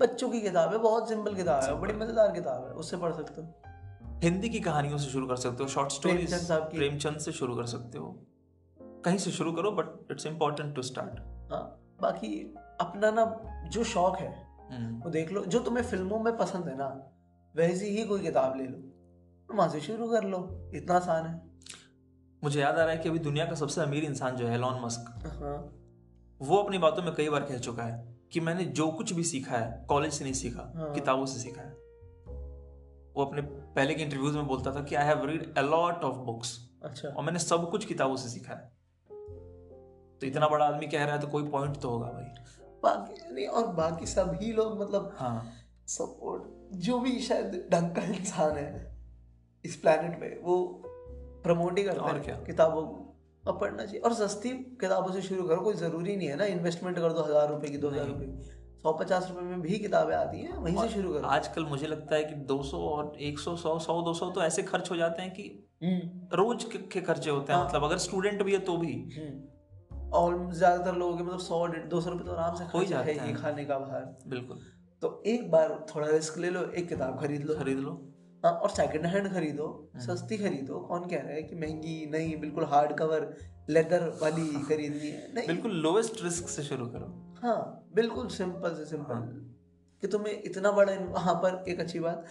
बच्चों की किताब है बहुत सिंपल किताब है बड़ी मजेदार किताब है उससे पढ़ सकते हो
हिंदी की कहानियों से शुरू कर सकते हो शॉर्ट स्टोरीज
प्रेमचंद साहब की।
प्रेमचंद से शुरू कर सकते हो कहीं से शुरू करो but it's important to start
हाँ बाकी अपना ना जो शौक है
हम्म।
वो देख लो जो तुम्हें फिल्मों में पसंद है ना वैसी ही कोई किताब ले लो वहां से शुरू कर लो इतना आसान है
मुझे याद आ रहा है कि अभी दुनिया का सबसे अमीर इंसान जो है एलॉन मस्क
हाँ
वो अपनी बातों में कई बार कह चुका है कि मैंने जो कुछ भी सीखा है कॉलेज से नहीं सीखा
हाँ।
किताबों से सीखा है वो अपने पहले के इंटरव्यूज में बोलता था कि I have read a lot of books
अच्छा
और मैंने सब कुछ किताबों से सीखा है तो इतना बड़ा आदमी कह रहा है तो कोई पॉइंट तो होगा भाई
बाकी नहीं और बाकी सभी लोग मतलब
हाँ
सपोर्ट जो भी शायद ढंग का इंसान है इस planet पे वो प्रमोट ही करता
और
है
क्या?
किताबों को अब पढ़ना चाहिए और सस्ती किताबों से शुरू करो कोई ज़रूरी नहीं है ना इन्वेस्टमेंट कर दो हज़ार रुपये की दो हज़ार रुपये की सौ पचास रुपए में भी किताबें आती हैं वहीं से शुरू करो
आजकल मुझे लगता है कि 200 और 100 100 100 200 तो ऐसे खर्च हो जाते हैं कि
हम्म,
रोज के, के खर्चे होते हैं
हाँ।
मतलब अगर स्टूडेंट भी है तो भी
हम्म। और ज्यादातर लोगों के मतलब सौ डेढ़ दो सौ रुपये तो आराम से
हो ही
खर्च
जाते
है ही
हैं।
खाने का बाहर
बिल्कुल
तो एक बार थोड़ा रिस्क ले लो एक किताब खरीद लो
खरीद लो हम्म।
हाँ, और सेकंड हैंड खरीदो सस्ती खरीदो कौन कह रहा है कि महंगी नहीं बिल्कुल हार्ड कवर लेदर वाली खरीदनी है नहीं
हाँ। बिल्कुल लोएस्ट रिस्क से शुरू करो
हाँ बिल्कुल सिंपल से सिंपल
हाँ।
कि तुम्हें इतना बड़ा इन- हाँ पर एक अच्छी बात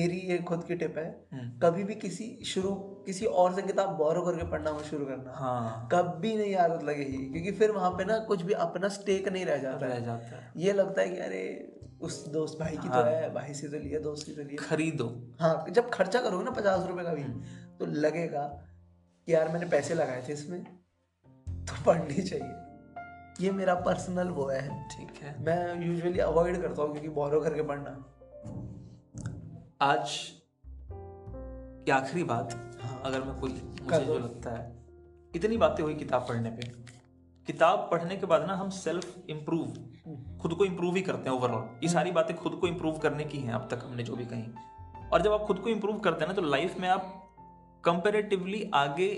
मेरी ये खुद की टिप है
हम्म।
कभी भी किसी शुरू किसी और से किताब बोरो करके पढ़ना मत शुरू करना
हाँ
कभी नहीं आदत लगेगी क्योंकि फिर वहां पे ना कुछ भी अपना स्टेक नहीं रह जाता
रह
है
जाता है
ये लगता है कि अरे उस दोस्त भाई की तो
हाँ।
है भाई से तो लिया दोस्त की तो लिया
खरीदो
हाँ जब खर्चा करोगे ना पचास रुपए का भी
हम्म।
तो लगेगा कि यार मैंने पैसे लगाए थे इसमें तो पढ़नी चाहिए ये मेरा पर्सनल वो है
ठीक है
मैं यूजुअली अवॉइड करता हूँ क्योंकि बोरो करके पढ़ना
आज की आखिरी बात
हाँ।
अगर मैं कोई मुझे
कर दो।
जो लगता है इतनी बातें हुई किताब पढ़ने पे किताब पढ़ने के बाद ना हम सेल्फ इम्प्रूव
हम्म।
खुद को इम्प्रूव ही करते हैं ओवरऑल ये सारी बातें खुद को इम्प्रूव करने की हैं अब तक हमने जो भी कही और जब आप खुद को इम्प्रूव करते हैं ना तो लाइफ में आप कंपेरेटिवली आगे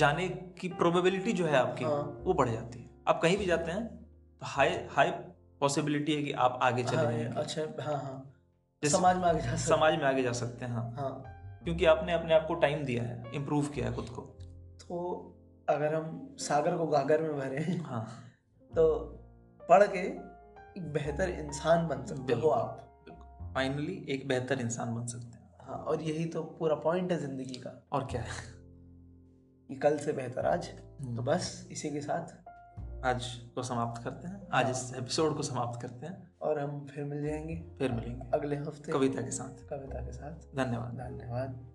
जाने की प्रोबेबिलिटी जो है आपकी
हाँ।
वो बढ़ जाती है आप कहीं भी जाते हैं तो हाई हाई पॉसिबिलिटी है कि आप आगे चले
हाँ,
जाएंगे
अच्छा हाँ हाँ
जैसे-
समाज में आगे जा सकते
समाज में आगे जा सकते हैं हाँ
हाँ
क्योंकि आपने अपने आप को टाइम दिया है इम्प्रूव किया है खुद को
तो अगर हम सागर को गागर में भरे
हाँ
तो पढ़ के एक बेहतर इंसान बन सकते हो
बिल्कुल।
आप
फाइनली एक बेहतर इंसान बन सकते हैं
हाँ और यही तो पूरा पॉइंट है जिंदगी का
और क्या है
कि कल से बेहतर आज
हम्म।
तो बस इसी के साथ
आज को समाप्त करते हैं आज इस एपिसोड को समाप्त करते हैं
और हम फिर मिल जाएंगे
फिर मिलेंगे
अगले हफ्ते
कविता के साथ
कविता के साथ
धन्यवाद
धन्यवाद